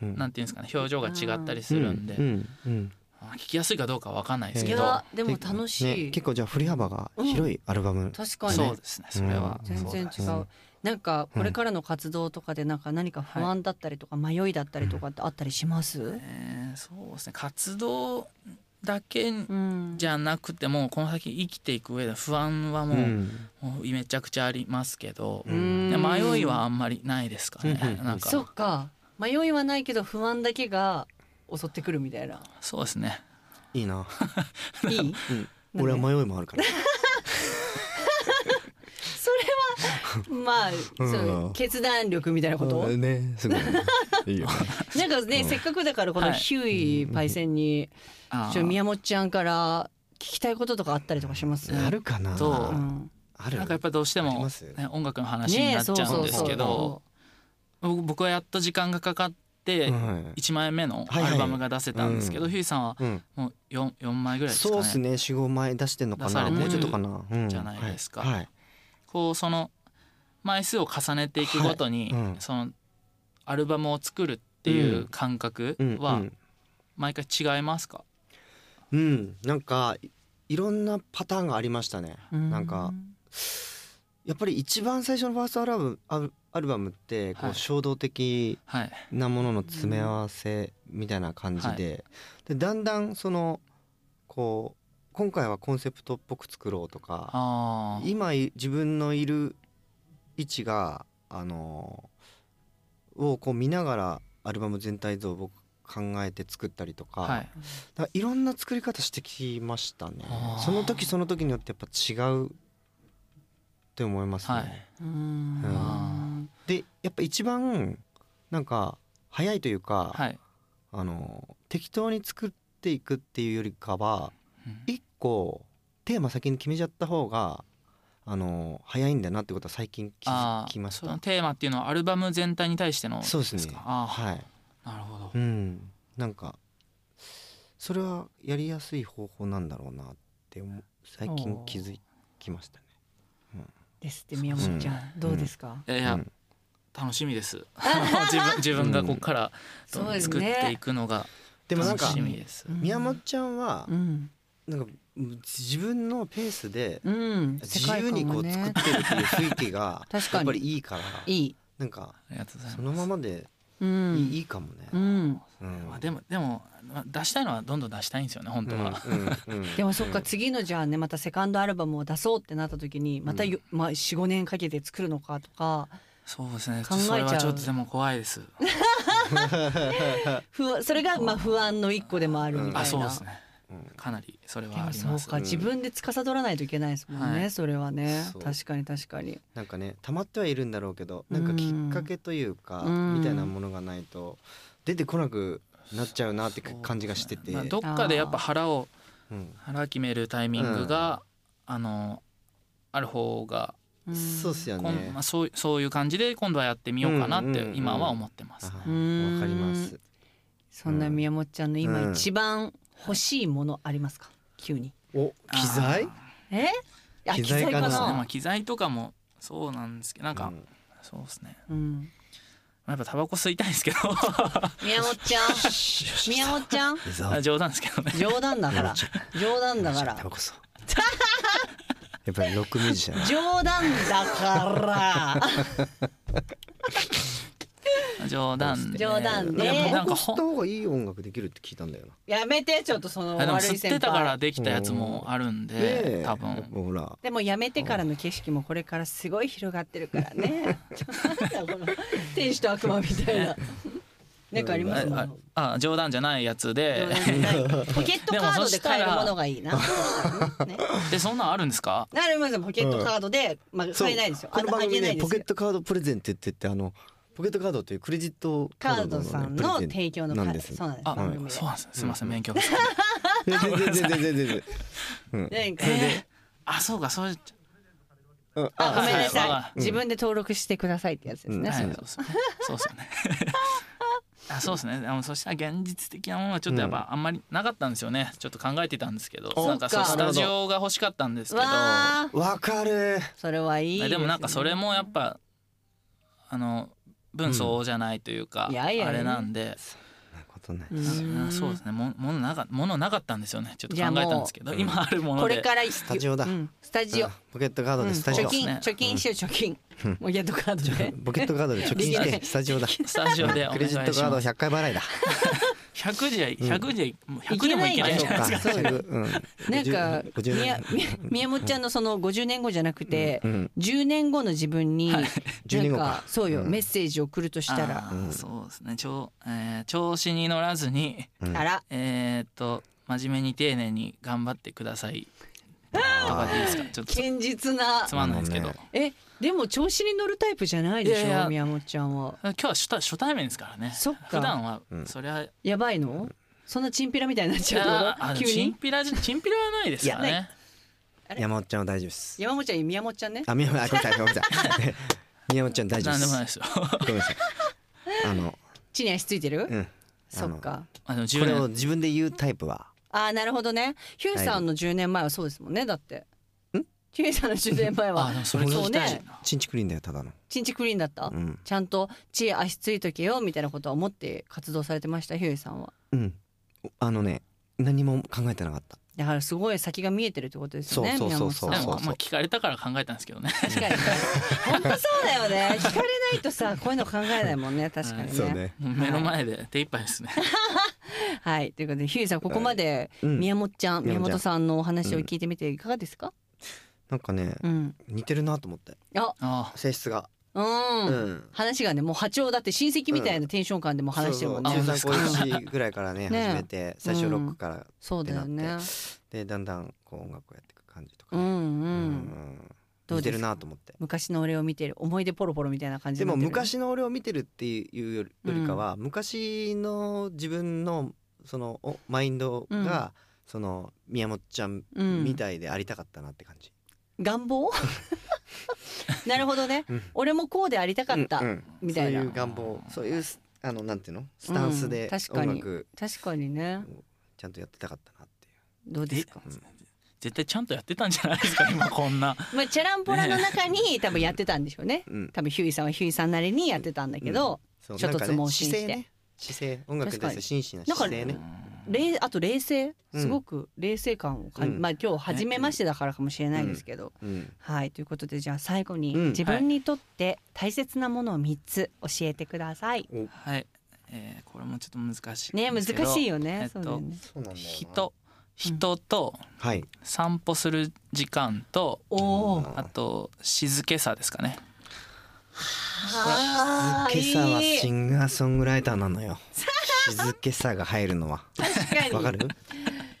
S2: うん
S7: なんていうんですかね表情が違ったりするんで、
S2: うんうん
S7: まあ聞きやすいかどうかは分かんないです
S3: い
S7: け
S2: え
S7: ど、
S3: やで
S2: で
S3: も楽し
S2: ね、
S3: い
S2: 結構じゃあ振り幅が広いアルバム、
S3: 確かに
S7: そうですねそれは、
S2: うん
S3: 全然違
S7: そう
S3: う、
S2: うん
S3: なんかこれからの活動とかでなんか何か不安だったりとか迷いだったりとかってあったりします、
S7: えーそうですね活動だけ
S3: うん
S7: じゃなくてもこの先生きていく上で不安はもう,、もうめちゃくちゃありますけど、
S3: うん
S7: で迷いはあんまりないですかね、
S2: うん
S7: なんか
S3: そっか迷いはないけど不安だけが襲ってくるみたいな
S7: そうですね
S2: いいな、
S3: い い
S2: うん
S3: で
S2: 俺は迷いもあるから
S3: それはまあ、そう
S2: うん
S3: 決断力みたいなこと、
S2: うんねすごいいいよ
S3: なんかね、せっかくだからこの
S7: はい
S3: ヒューイパイセンに、
S7: あー
S3: ちょ宮本ちゃんから聞きたいこととかあったりとかします
S2: あるかな
S7: どう
S3: うん
S2: ある
S7: なんかやっぱどうして
S2: あり
S7: も、
S2: ます
S7: ね、音楽の話に
S3: ね
S7: なっちゃうん
S2: ね
S7: ですけど僕僕はやっと時間がかかって
S2: うん
S7: 1枚目の
S2: はいはい
S7: アルバムが出せたんですけど、
S2: うん
S7: ひゅいさんは
S2: うん
S7: もう 4, 四枚ぐらいです
S2: そう
S7: か
S2: っす
S7: ね
S2: ね四五枚出してんのか
S7: 出さ
S2: な
S7: れ
S3: てる
S2: もうちょっとかな、うん
S7: じゃないですか
S2: はい、はい
S7: こうその枚数を重ねていくごとに、
S2: はいうん
S7: そのアルバムを作るっていう感覚
S2: うんう
S7: は
S2: ん
S7: 毎回違いますか、
S2: うん、なんかいいろんなパターンがありましたね、
S3: うん
S2: なんかやっぱり一番最初のファーストアルバムアルアルバムってこ
S7: は
S2: う
S7: い
S2: 衝動的
S7: はい
S2: なものの詰め合わせみたいな感じで,、でだんだんそのこう今回はコンセプトっぽく作ろうとか
S7: あー
S2: 今い自分のいる位置があのをこう見ながらアルバム全体像を僕考えて作ったりとか,、、
S7: はいい
S2: だからいろんな作り方してきましたね
S7: あー
S2: その時その時によってやっぱ違うって思いますね、
S7: はい
S3: うん
S7: うん
S2: でやっぱ一番なんか早いというか、
S7: はい、
S2: あの適当に作っていくっていうよりかは
S7: うん
S2: 一個テーマ先に決めちゃった方があの早いんだなってことは最近気づ
S7: あ
S2: きまし
S7: ーその
S2: た。
S7: テーマっていうのはアルバム全体に対しての
S2: そうですね。
S7: かあー
S2: はい。
S7: なるほど
S2: うん。なんかそれはやりやすい方法なんだろうなって思う最近気づきましたね。
S3: ですって宮本ちゃん、
S2: うん
S3: どうですか、
S7: いやいや、
S2: うん
S7: 楽しみです 自分自分がここから
S3: そうです
S7: 作ってい
S3: ね
S7: くのが
S2: でもなん
S7: 楽
S2: か
S7: しみです
S3: うん
S2: 宮本ちゃんは
S3: うん
S2: なんか自分のペースで
S3: うん世
S2: 自
S3: 界
S2: 由に
S3: 観
S2: こ
S3: が
S2: う作っ
S3: ね
S2: てるっていう雰囲気が
S3: 確かに
S2: やっぱりいいから
S3: いい
S2: なんか
S7: ありがとうございます
S2: そのままで
S3: う
S2: いい,、
S3: ん
S2: かもね。
S3: うん
S2: うん
S7: まあでもでもまあ出したいのはどんどん出したいんですよね本当は、
S2: うんうんうん
S3: でもそっか次のじゃあねまたセカンドアルバムを出そうってなった時にまたよ、まあ、45年かけて作るのかとか
S7: そうですね
S3: 考えちゃう
S7: それはちょっとでも怖いです
S3: 不安それがまあ不安の一個でもあるみたいな、
S7: あそうですね
S2: うん
S7: かなりそれ
S3: で
S7: はあ
S3: も
S7: り
S3: そ
S7: ま
S3: う
S7: す
S3: か、
S2: うん
S3: 自分で司らないといけないですもんね、
S7: はい
S3: それはね
S2: そう
S3: 確かに確かに
S2: なんかね溜まってはいるんだろうけどなんかきっかけというか、
S3: うん
S2: みたいなものがないと出てこなくなっちゃうなって
S7: そう
S2: 感じがしてて、
S7: まあどっかでやっぱ腹を
S2: うん
S7: 腹決めるタイミングが、あのある方が、
S3: ん
S2: そうっすよ
S7: こん
S2: ね。
S7: まあ、そうそういう感じで今度はやってみようかなっ
S2: うんうん
S7: て
S2: うんうん
S7: 今は思ってます、
S2: は
S3: う
S2: い
S3: ん
S2: わかります。
S3: そんな宮本ちゃんの
S2: う
S3: 今
S2: ん
S3: 一番欲しいものありますか急に
S2: お機材？
S3: えあ
S2: 機
S3: 機
S2: 材
S3: 材
S2: か
S3: か
S2: な
S3: な
S7: まあ、機材とかもそうなんですけどなんか、
S2: うん
S7: そうですね
S3: うん、
S7: やっぱタバコ吸いたいん ですけど
S3: 宮本ちゃん宮本ちゃん
S2: いいぞ
S7: あ冗談ですけどね
S3: 冗談だから冗談だか
S2: タバ
S3: ら
S2: コ吸おう やっぱりロックミュージシャンは。
S3: 冗談だから
S7: 冗談で
S3: 冗談で
S7: いやなんかほ
S2: 吸っ
S7: ん
S2: た方がいい音楽できるって聞いたんだよな。
S3: やめてちょっとその
S7: あ
S3: 悪
S7: でも
S3: い先
S7: 吸
S3: 輩
S7: ってたからできたやつもあるんで、
S2: ねえ
S7: 多
S2: やっ
S7: 分
S2: ぱほら。
S3: でもやめてからの景色もこれからすごい広がってるからねなんだこの天使と悪魔みたいななんかあります
S7: あああ冗談じゃないやつで
S3: ポケットカードで買えるものがいいな。ね
S7: でそんなんあるんですか
S3: なるほど、ポケットカードで、まあ、
S2: そう
S3: 買えないですよ。
S2: この番
S3: あげ
S2: 組
S3: ない
S2: ね
S3: で
S2: ポ
S3: す
S2: ケ
S3: よ
S2: ッ。トカードプレゼントって言ってあのポケットカードというクレジット
S3: カ
S2: カ
S3: ー
S2: ー
S3: ド
S2: ドのね
S3: さんの
S2: プレゼン
S3: 提供のカ
S2: な
S3: ー
S2: ん
S3: ド。
S2: です。
S3: そうなんです。
S7: あ、
S3: 番組で
S7: そうなんですねすいません
S2: うん
S7: 勉強不足
S2: 全然全然全然全然。うん
S3: なんか
S7: えあそうかそう
S2: うん
S3: あ、ごめんな
S7: そう
S3: さ
S7: だ
S3: い。自分で登録してくださいってやつです
S2: うん
S3: ね。
S7: はい
S3: そ
S7: そう
S3: れ
S7: っすねそうっすよねあそうですねあのそしたら現実的なものはちょっとやっぱあんまりなかったんですよねちょっと考えてたんですけ
S3: そ
S7: ど
S3: っか
S7: なんかそうスタジオが欲しかったんですけど
S3: わあ、
S2: わかる。
S3: それはいいすね。
S7: でもなんかそれもやっぱあの分相応じゃないというか、
S3: うんいやいやいや
S7: あれなんで
S2: そんなことない。
S3: うん。
S7: なんかそうですねもものなかものなかったんですよねちょっと考
S3: じゃあ
S7: え
S3: もう
S7: たんですけど今あるもの
S3: こ
S7: で
S3: れから
S2: スタジオだ
S3: うんスタジオ。
S2: うんポケットカードでスタジ
S3: 貯
S2: オ。
S3: 金
S7: うん
S3: 貯金しよう貯金
S2: うん。
S3: ポケットカードで。
S2: ポケットカードで貯金
S3: で
S2: し
S3: きな
S2: て
S3: い
S2: スタジオだ。
S7: スタジオでお
S2: ク
S7: 願
S2: レ
S7: いし
S2: ジッ
S7: ま
S2: トカード
S7: す
S2: 100回払いだ。
S7: 100時は100時はもう
S3: い
S7: 100
S3: け
S7: でも
S3: ないいじ
S7: け
S3: ゃ
S7: ないじゃないです
S3: そ
S7: か
S2: そうう
S3: だ
S2: うん。
S3: なんか
S2: 50
S3: 宮
S2: 年
S3: 宮宮本ちゃんのその50年後じゃなくて
S2: う。ん。
S3: 10年後の自分に、
S2: 10
S3: な
S2: 年
S3: ん
S2: 後か
S3: かそうよ、
S2: うん
S3: メッセージを送るとしたら
S7: あーそうですね調,、えー調子に乗らずに
S2: うん
S3: あら
S7: えーっと真面目に丁寧に頑張ってくださいとかでいいですかちょっと
S3: 堅実な
S7: つまんないですけど、
S2: あの
S3: えでも調子に乗るタイプじゃないでしょ
S7: いやいや
S3: 宮本ちゃんは
S7: 今日は初対初対面ですからね
S3: そっか
S7: 普段は
S2: うん
S7: それは
S3: やばいのそんなチンピラみたいになっちゃ
S7: あ
S3: う
S7: あ
S3: の
S7: の
S3: 急
S7: チン
S3: に
S7: ピラじチンピラはないですから
S3: いや
S7: ね。
S2: 山本ちゃんは大丈夫です。
S3: 山本ちゃん宮本ちゃんね
S2: あ、宮本、あ、ごめんなさい、ごめんなさい。宮本ちゃん大丈夫
S7: なん
S2: で。
S7: ですもない
S2: ご
S7: ですよ。
S2: めんなさい。あの、
S3: 地に足ついてる、
S2: うん。
S3: そっか
S7: あ
S2: こ
S7: の10
S2: れを
S7: 年
S2: 自分で言うタイプは。
S3: あーなるほどねヒューさんの10年前はそうですもんねだってヒューさんの10年前
S7: あ
S3: は
S7: でもそれ聞きたい
S3: そうね
S7: な。
S2: チンチクリーンだよ、ただの。
S3: チンチクリーンだった、
S2: うん。
S3: ちゃんと地足ついとけよみたいなことは思って活動されてましたヒューさんは
S2: うん。あのね、何も考えてなかった。
S3: だからすごい先が見えてるってことですよね
S2: そうそうそうそう
S7: で
S3: 宮本
S7: も
S3: さんは
S7: まあ聞かれたから考えたんですけどね。
S3: 確かに本当そうだよね聞かれないとさこういうの考えないもんね確かにね
S2: ね。
S7: もう目の前で手一 杯ですね。
S3: はいということでヒューさんここまで
S2: うん。
S3: 宮本ちゃん、
S2: 宮
S3: 宮
S2: 本ちゃん
S3: 本さんのお話を聞いてみていかがですか
S2: なんかね、
S3: うん、
S2: 似てるなと思って。
S3: あ
S7: あ
S2: 性質が。
S3: うん、
S2: うん。
S3: 話がねもう波長だって親戚みたいなテンション感でもう話してるもんね、
S2: そう
S7: あ
S2: そう
S7: 本当
S2: 中3高
S7: ですか
S2: 1ぐらいからね
S3: ね
S2: 始めて最初ロックから
S3: そうだよね
S2: でだんだんこう音楽をやっていく感じとか
S3: う
S2: ね、
S3: んうん、
S2: うん
S3: どう
S2: 似
S3: ですか
S2: てるなと思って
S3: 昔の俺を見てる思い出ポロポロみたいな感じ
S2: で
S3: にな
S2: も
S3: ってる
S2: 昔の俺を見てるっていうよりよりかは、昔の自分のそのおマインドが、その宮本ちゃん
S3: うん
S2: みたいでありたかったなって感じ、
S3: 願望 なるほどね、
S2: うん
S3: 俺もこうでありたかった、
S2: うんうん
S3: みたいな
S2: そういう願望そういうすあのなんていうのスタンス
S3: う
S2: で
S3: ん確か
S2: 音
S3: に
S2: 楽
S3: 確かにね
S2: ちゃんとやってたかったなっていう
S3: どう
S7: あ。で
S3: ですか
S7: 絶対ちゃんとやってたんじゃないですか今こんな。
S3: まあ、チャランポラの中に多分やってたんでしょうね。
S2: うん
S3: 多分ヒューイさんはヒューイさんなりにやってたんだけど、
S2: そう
S3: ちょっと
S2: なんかね
S3: 相撲を信じて
S2: 姿勢ね姿勢音楽に対して真摯
S3: な
S2: な
S3: んか
S2: 姿勢ね
S7: うん
S3: れいあと冷静
S2: うん
S3: すごく冷静感を感じ、
S2: うん
S3: まあ今日初めましてだからかもしれないですけど、
S2: うん
S3: はいということでじゃあ最後に
S2: うん
S3: 自分にとって大切なものを三つ教えてください。
S7: はい、えーこれもちょっと難しい
S3: ね
S7: んで
S3: 難
S7: すけど
S3: しいよね。
S7: えっと
S3: そうだよね。
S2: そうなんだよな
S7: 人人と
S2: はい
S7: 散歩する時間と
S3: おお。
S7: あと静けさですかね
S3: あー
S2: 静けさはい
S3: い
S2: シンガーソングライターなのよ静けさが入るのは
S3: 確かに
S2: わかる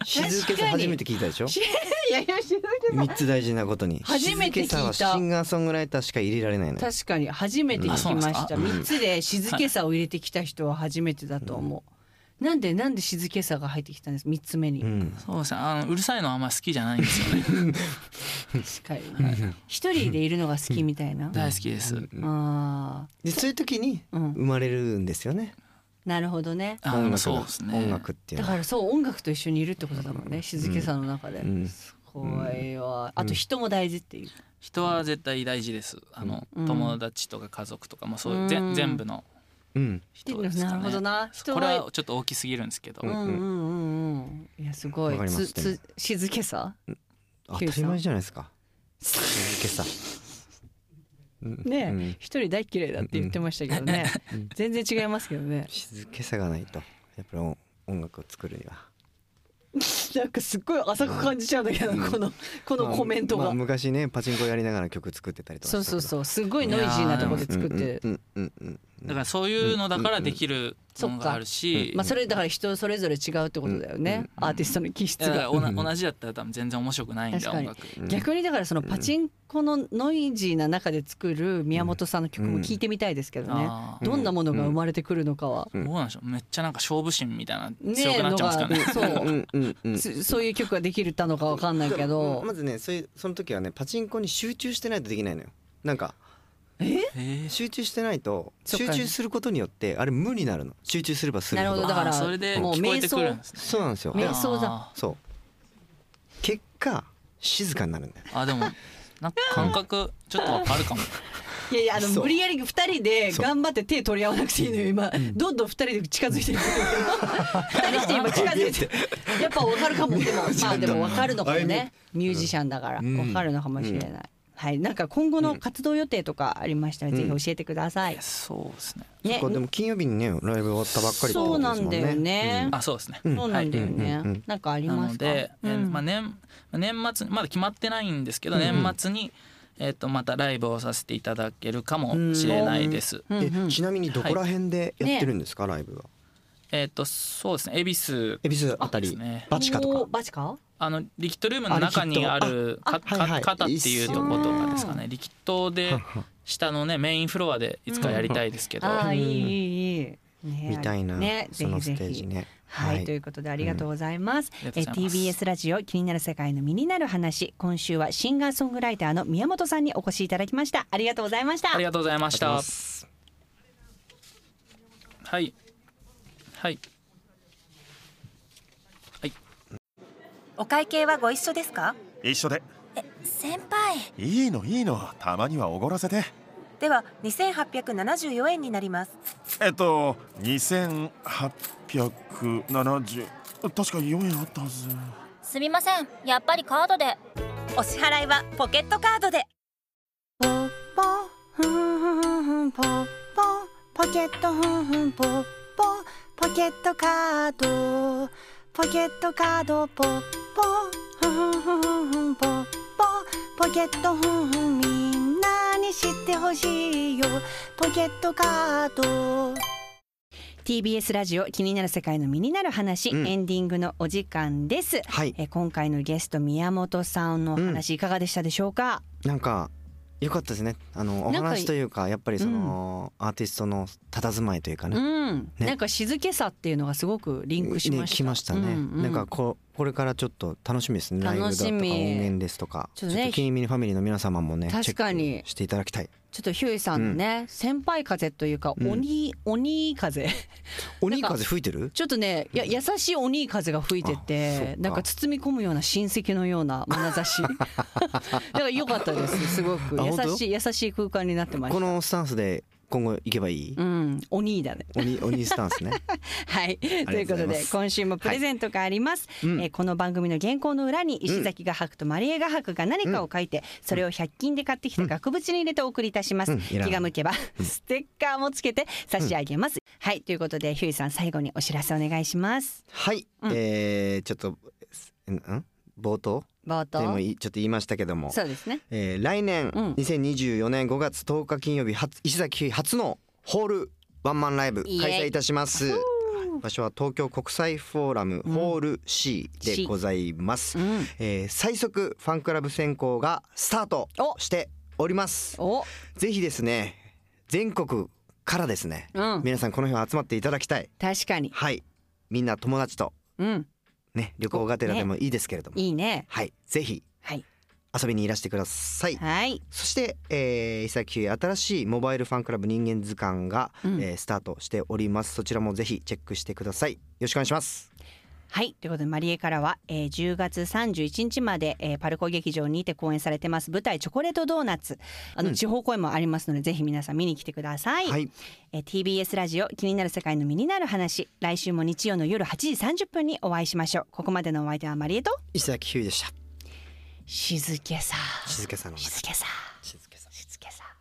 S2: 静けさ初めて聞いたでしょ
S3: いやいや静けさ
S2: 三つ大事なことに
S3: 初めて聞いた
S2: 静けさはシンガーソングライターしか入れられないのよ
S3: 確かに初めて聞きました。
S7: う
S3: 三、
S2: ん
S3: つで静けさを入れてきた人は初めてだと思う。なんでなんで静けさが入ってきたんです三つ目に。
S2: うん
S7: そうですねあのうるさいのはあんま好きじゃないんですよね
S3: 確かにね。一人でいるのが好きみたいな。
S7: 大好きです、
S3: あ
S2: でそういう時に
S3: あ、うん
S2: 生、まれるんですよね
S3: なるほどね。
S7: あ
S2: 音楽が
S7: そうですね
S2: 音楽ってい
S3: だ
S2: うのは
S3: からそう音楽と一緒にいるってことだもんね静けさの中で、
S2: うん
S3: すごいわあと人も大事っていう、
S7: 人は絶対大事ですあの、
S3: うん
S7: 友達とか家族とかもそういう、
S3: う
S7: ぜ
S3: ん
S7: 全部の
S2: うん
S7: 人ですかね
S3: なるほどな人
S7: これ
S3: は
S7: はちょっと大きすぎるんですけど、
S3: うんうんうんうんいやすごい
S2: わかります
S3: つつ静けさ
S2: 当
S3: キュウ
S2: た
S3: さん
S2: り前じゃないですか静けさうん
S3: ねえ、
S2: うん
S3: 一人大嫌いだって言ってましたけどね、
S2: うん
S3: 全然違いますけどね
S2: 静けさがないとやっぱり音音楽を作るには
S3: なんかすっごい浅く感じちゃうんだけど、
S2: うん
S3: このこのコメントが、
S2: まあまあ昔ねパチンコやりながら曲作ってたりとか
S3: そうそう
S2: う
S3: そうすごいノイジーなところで作ってる、
S2: うんうんうんうん
S7: だからそういうのだからできるものがあるし、
S3: まあそれだから人それぞれ違うってことだよね、アーティストの気質
S7: だから
S3: が
S7: おな同じだったら多分全然面白くないんで
S3: 確か
S7: 音
S3: に
S7: 楽
S2: うん
S3: 逆にだからそのパチンコのノイジーな中で作る宮本さんの曲も聴いてみたいですけどね、
S7: あ
S2: うん
S3: どんなものが生まれてくるのかは、
S7: ーどうなんでしょうめっちゃなんか勝負心みたいな
S3: ね
S7: 強くなっちゃいますかね
S3: のがそう
S2: うんうんうんうん
S3: つそういう曲ができるたのかわかんないけど
S2: うんまずねそういうその時はねパチンコに集中してないとできないのよなんか
S7: えー
S2: 集中してないと
S3: そっ
S2: 集
S3: か
S2: 中することによってあれ無になるの集中すればする
S3: なるほどだ
S7: あ
S3: から
S7: ーそれで
S3: もう
S7: 聞こえてくるんですね
S2: そうなんですよ
S3: 瞑想そうだ
S7: あ
S2: そう結果静かになるんだよ
S7: ーあーでもなんか感覚ちょっとわかるかも
S3: いやいやあの
S2: そう
S3: 無理やり2人で頑張って手取り合わなくていいのよ今、どんどん2人で近づいて いく2人して今近づいてやっぱわかるかもでもまあでもわかるのかもねミュージシャンだから
S2: うん
S3: わかるのかもしれない、はいなんか今後の活動予定とかありましたら、
S2: うん
S3: ぜひ教えてください、
S7: そうですね
S3: ね
S2: そっかでも金曜日にねライブ終わったばっかりって
S3: そ
S2: こ
S3: う
S2: とで
S3: な
S2: すも
S3: ん
S2: ん
S3: だ
S2: ね
S3: よね、
S7: あそうですね、
S3: そうなんだよね、
S2: うんうん
S3: なんかあり
S7: な
S3: ま
S7: の
S3: すか
S7: で、えー
S3: うん
S7: まあ、年年末まだ決まってないんですけど、年末に、えー、とまたライブをさせていただけるかもしれないです。
S3: うん
S2: え
S3: うん
S2: ちなみにどこら辺でやってるんですか、ライブは
S7: えっ、とそうですね恵比寿
S2: 恵比寿あた
S7: で
S2: り
S7: すね
S2: バチカ
S3: お
S2: と
S3: ー
S2: か
S3: バチカ
S7: あの力トルームの中にある
S2: あ力
S7: か
S2: 道ああはいはい
S7: か肩っていうとことかですかね力道で下のねメインフロアでいつかやりたいですけど、
S3: ああ
S7: あ
S3: いいいいいい、ね、
S2: みたいな、
S3: ねぜ
S2: その
S3: ひ
S2: ス
S3: ぜ
S2: テージ
S3: ひ
S2: ね
S3: はい、
S2: はい
S3: ということでありがとうございます。
S7: りがと
S3: え
S7: うございます
S3: ー TBS ラジオ気になる世界の身になる話、今週はシンガーソングライターの宮本さんにお越しいただきました。ありがとうございました。
S7: りがとうございました。はいはい
S6: お会計はご一緒ですか
S8: 一緒で
S4: 先輩
S8: いいのいいのたまにはおごらせて
S6: では2874円になります
S8: えっと2870確か4円あったはず
S4: すみませんやっぱりカードで
S6: お支払いはポケットカードで
S9: ポッポふんふんふんふんポッポポケットふんふんポッポポケットカードポケットカードポッポふんふんふんふんポッポポケットふんふんみんなに知ってほしいよポケットカード
S3: TBS ラジオ気になる世界の身になる話、
S2: うん
S3: エンディングのお時間です。
S2: はい
S3: えー今回のゲスト宮本さんのお話いかがでしたでしょうか。
S2: なんか良かったですねあのお
S3: なんか
S2: 話というかやっぱりその、アーティストの佇まいというか
S3: う
S2: ね、
S3: ん、
S2: ね
S3: なんか静けさっていうのがすごくリンクしました。
S2: ね来ましたね、
S3: うんうん
S2: なんかここれからちょっと楽しみですねライブだとか
S3: 楽し
S2: 音
S3: み
S2: 源ですとか
S3: ちょっとね
S2: キーミニファミリーの皆様もね
S3: 確かに
S2: チェックしていただきたい
S3: ちょっとヒューイさんのね、先輩風というか、
S2: うん
S3: 鬼鬼風。
S2: 鬼風吹いてる
S3: ちょっとね、や優しいお兄風が吹いて
S2: あそっか
S3: て、なんか包み込むような親戚のような眼 差し。だから良かったです。すごく
S2: あ本当
S3: 優しい優しい空間になってまし
S2: このスタンスで今後行けばいい、
S3: うん、鬼だね。
S2: 鬼鬼スタ ンスね
S3: はい、ということ
S2: ありがとうござ
S3: で
S2: います
S3: 今週もプレゼントがあります、
S2: うん
S3: えーこの番組の原稿の裏に石崎画伯とマリエ画伯が何かを書いて、それを100均で買ってきた額縁に入れてお送りいたします、
S2: うんいらない
S3: 気が向けばステッカーもつけて差し上げます、はいということでひゅーいさん最後にお知らせお願いします
S2: はい、
S3: うん
S2: えーちょっとすんん冒頭
S3: 冒
S2: でも
S3: 頭
S2: いちょっと言いましたけども
S3: そうですね
S2: えー来年
S3: うん
S2: 2024年5月10日金曜日初石崎ひゅーい初のホールワンマンライブ
S3: イエイ
S2: 開催いたします場所は東京国際フォーラム
S3: うん
S2: ホール C で
S3: C
S2: ございます、
S3: うん
S2: えー最速ファンクラブ選考がスタート
S3: お
S2: しております
S3: お
S2: ぜひですね全国からですね
S3: うん
S2: 皆さんこの辺集まっていただきたい
S3: 確かに
S2: はいみんな友達と
S3: うん
S2: ね旅行がてらでもいいですけれども、
S3: いいね
S2: はいぜひ
S3: はい
S2: 遊びにいらしてください
S3: はい
S2: そして、えー、伊崎ひゅうえい新しいモバイルファンクラブ人間図鑑が、
S3: うん
S2: えースタートしておりますそちらもぜひチェックしてくださいよろしくお願いします
S3: はいということでマリエからは、えー10月31日まで、えーパルコ劇場にて公演されてます舞台「チョコレートドーナツ」あの、
S2: うん
S3: 地方公演もありますのでぜひ皆さん見に来てください、
S2: はい
S3: えー TBS ラジオ「気になる世界の身になる話」来週も日曜の夜8時30分にお会いしましょうここまでのお相手はマリエと
S2: 伊崎ひゅうえいでした
S3: 静けさ
S2: 静けさの中
S3: 静けさ
S2: 静け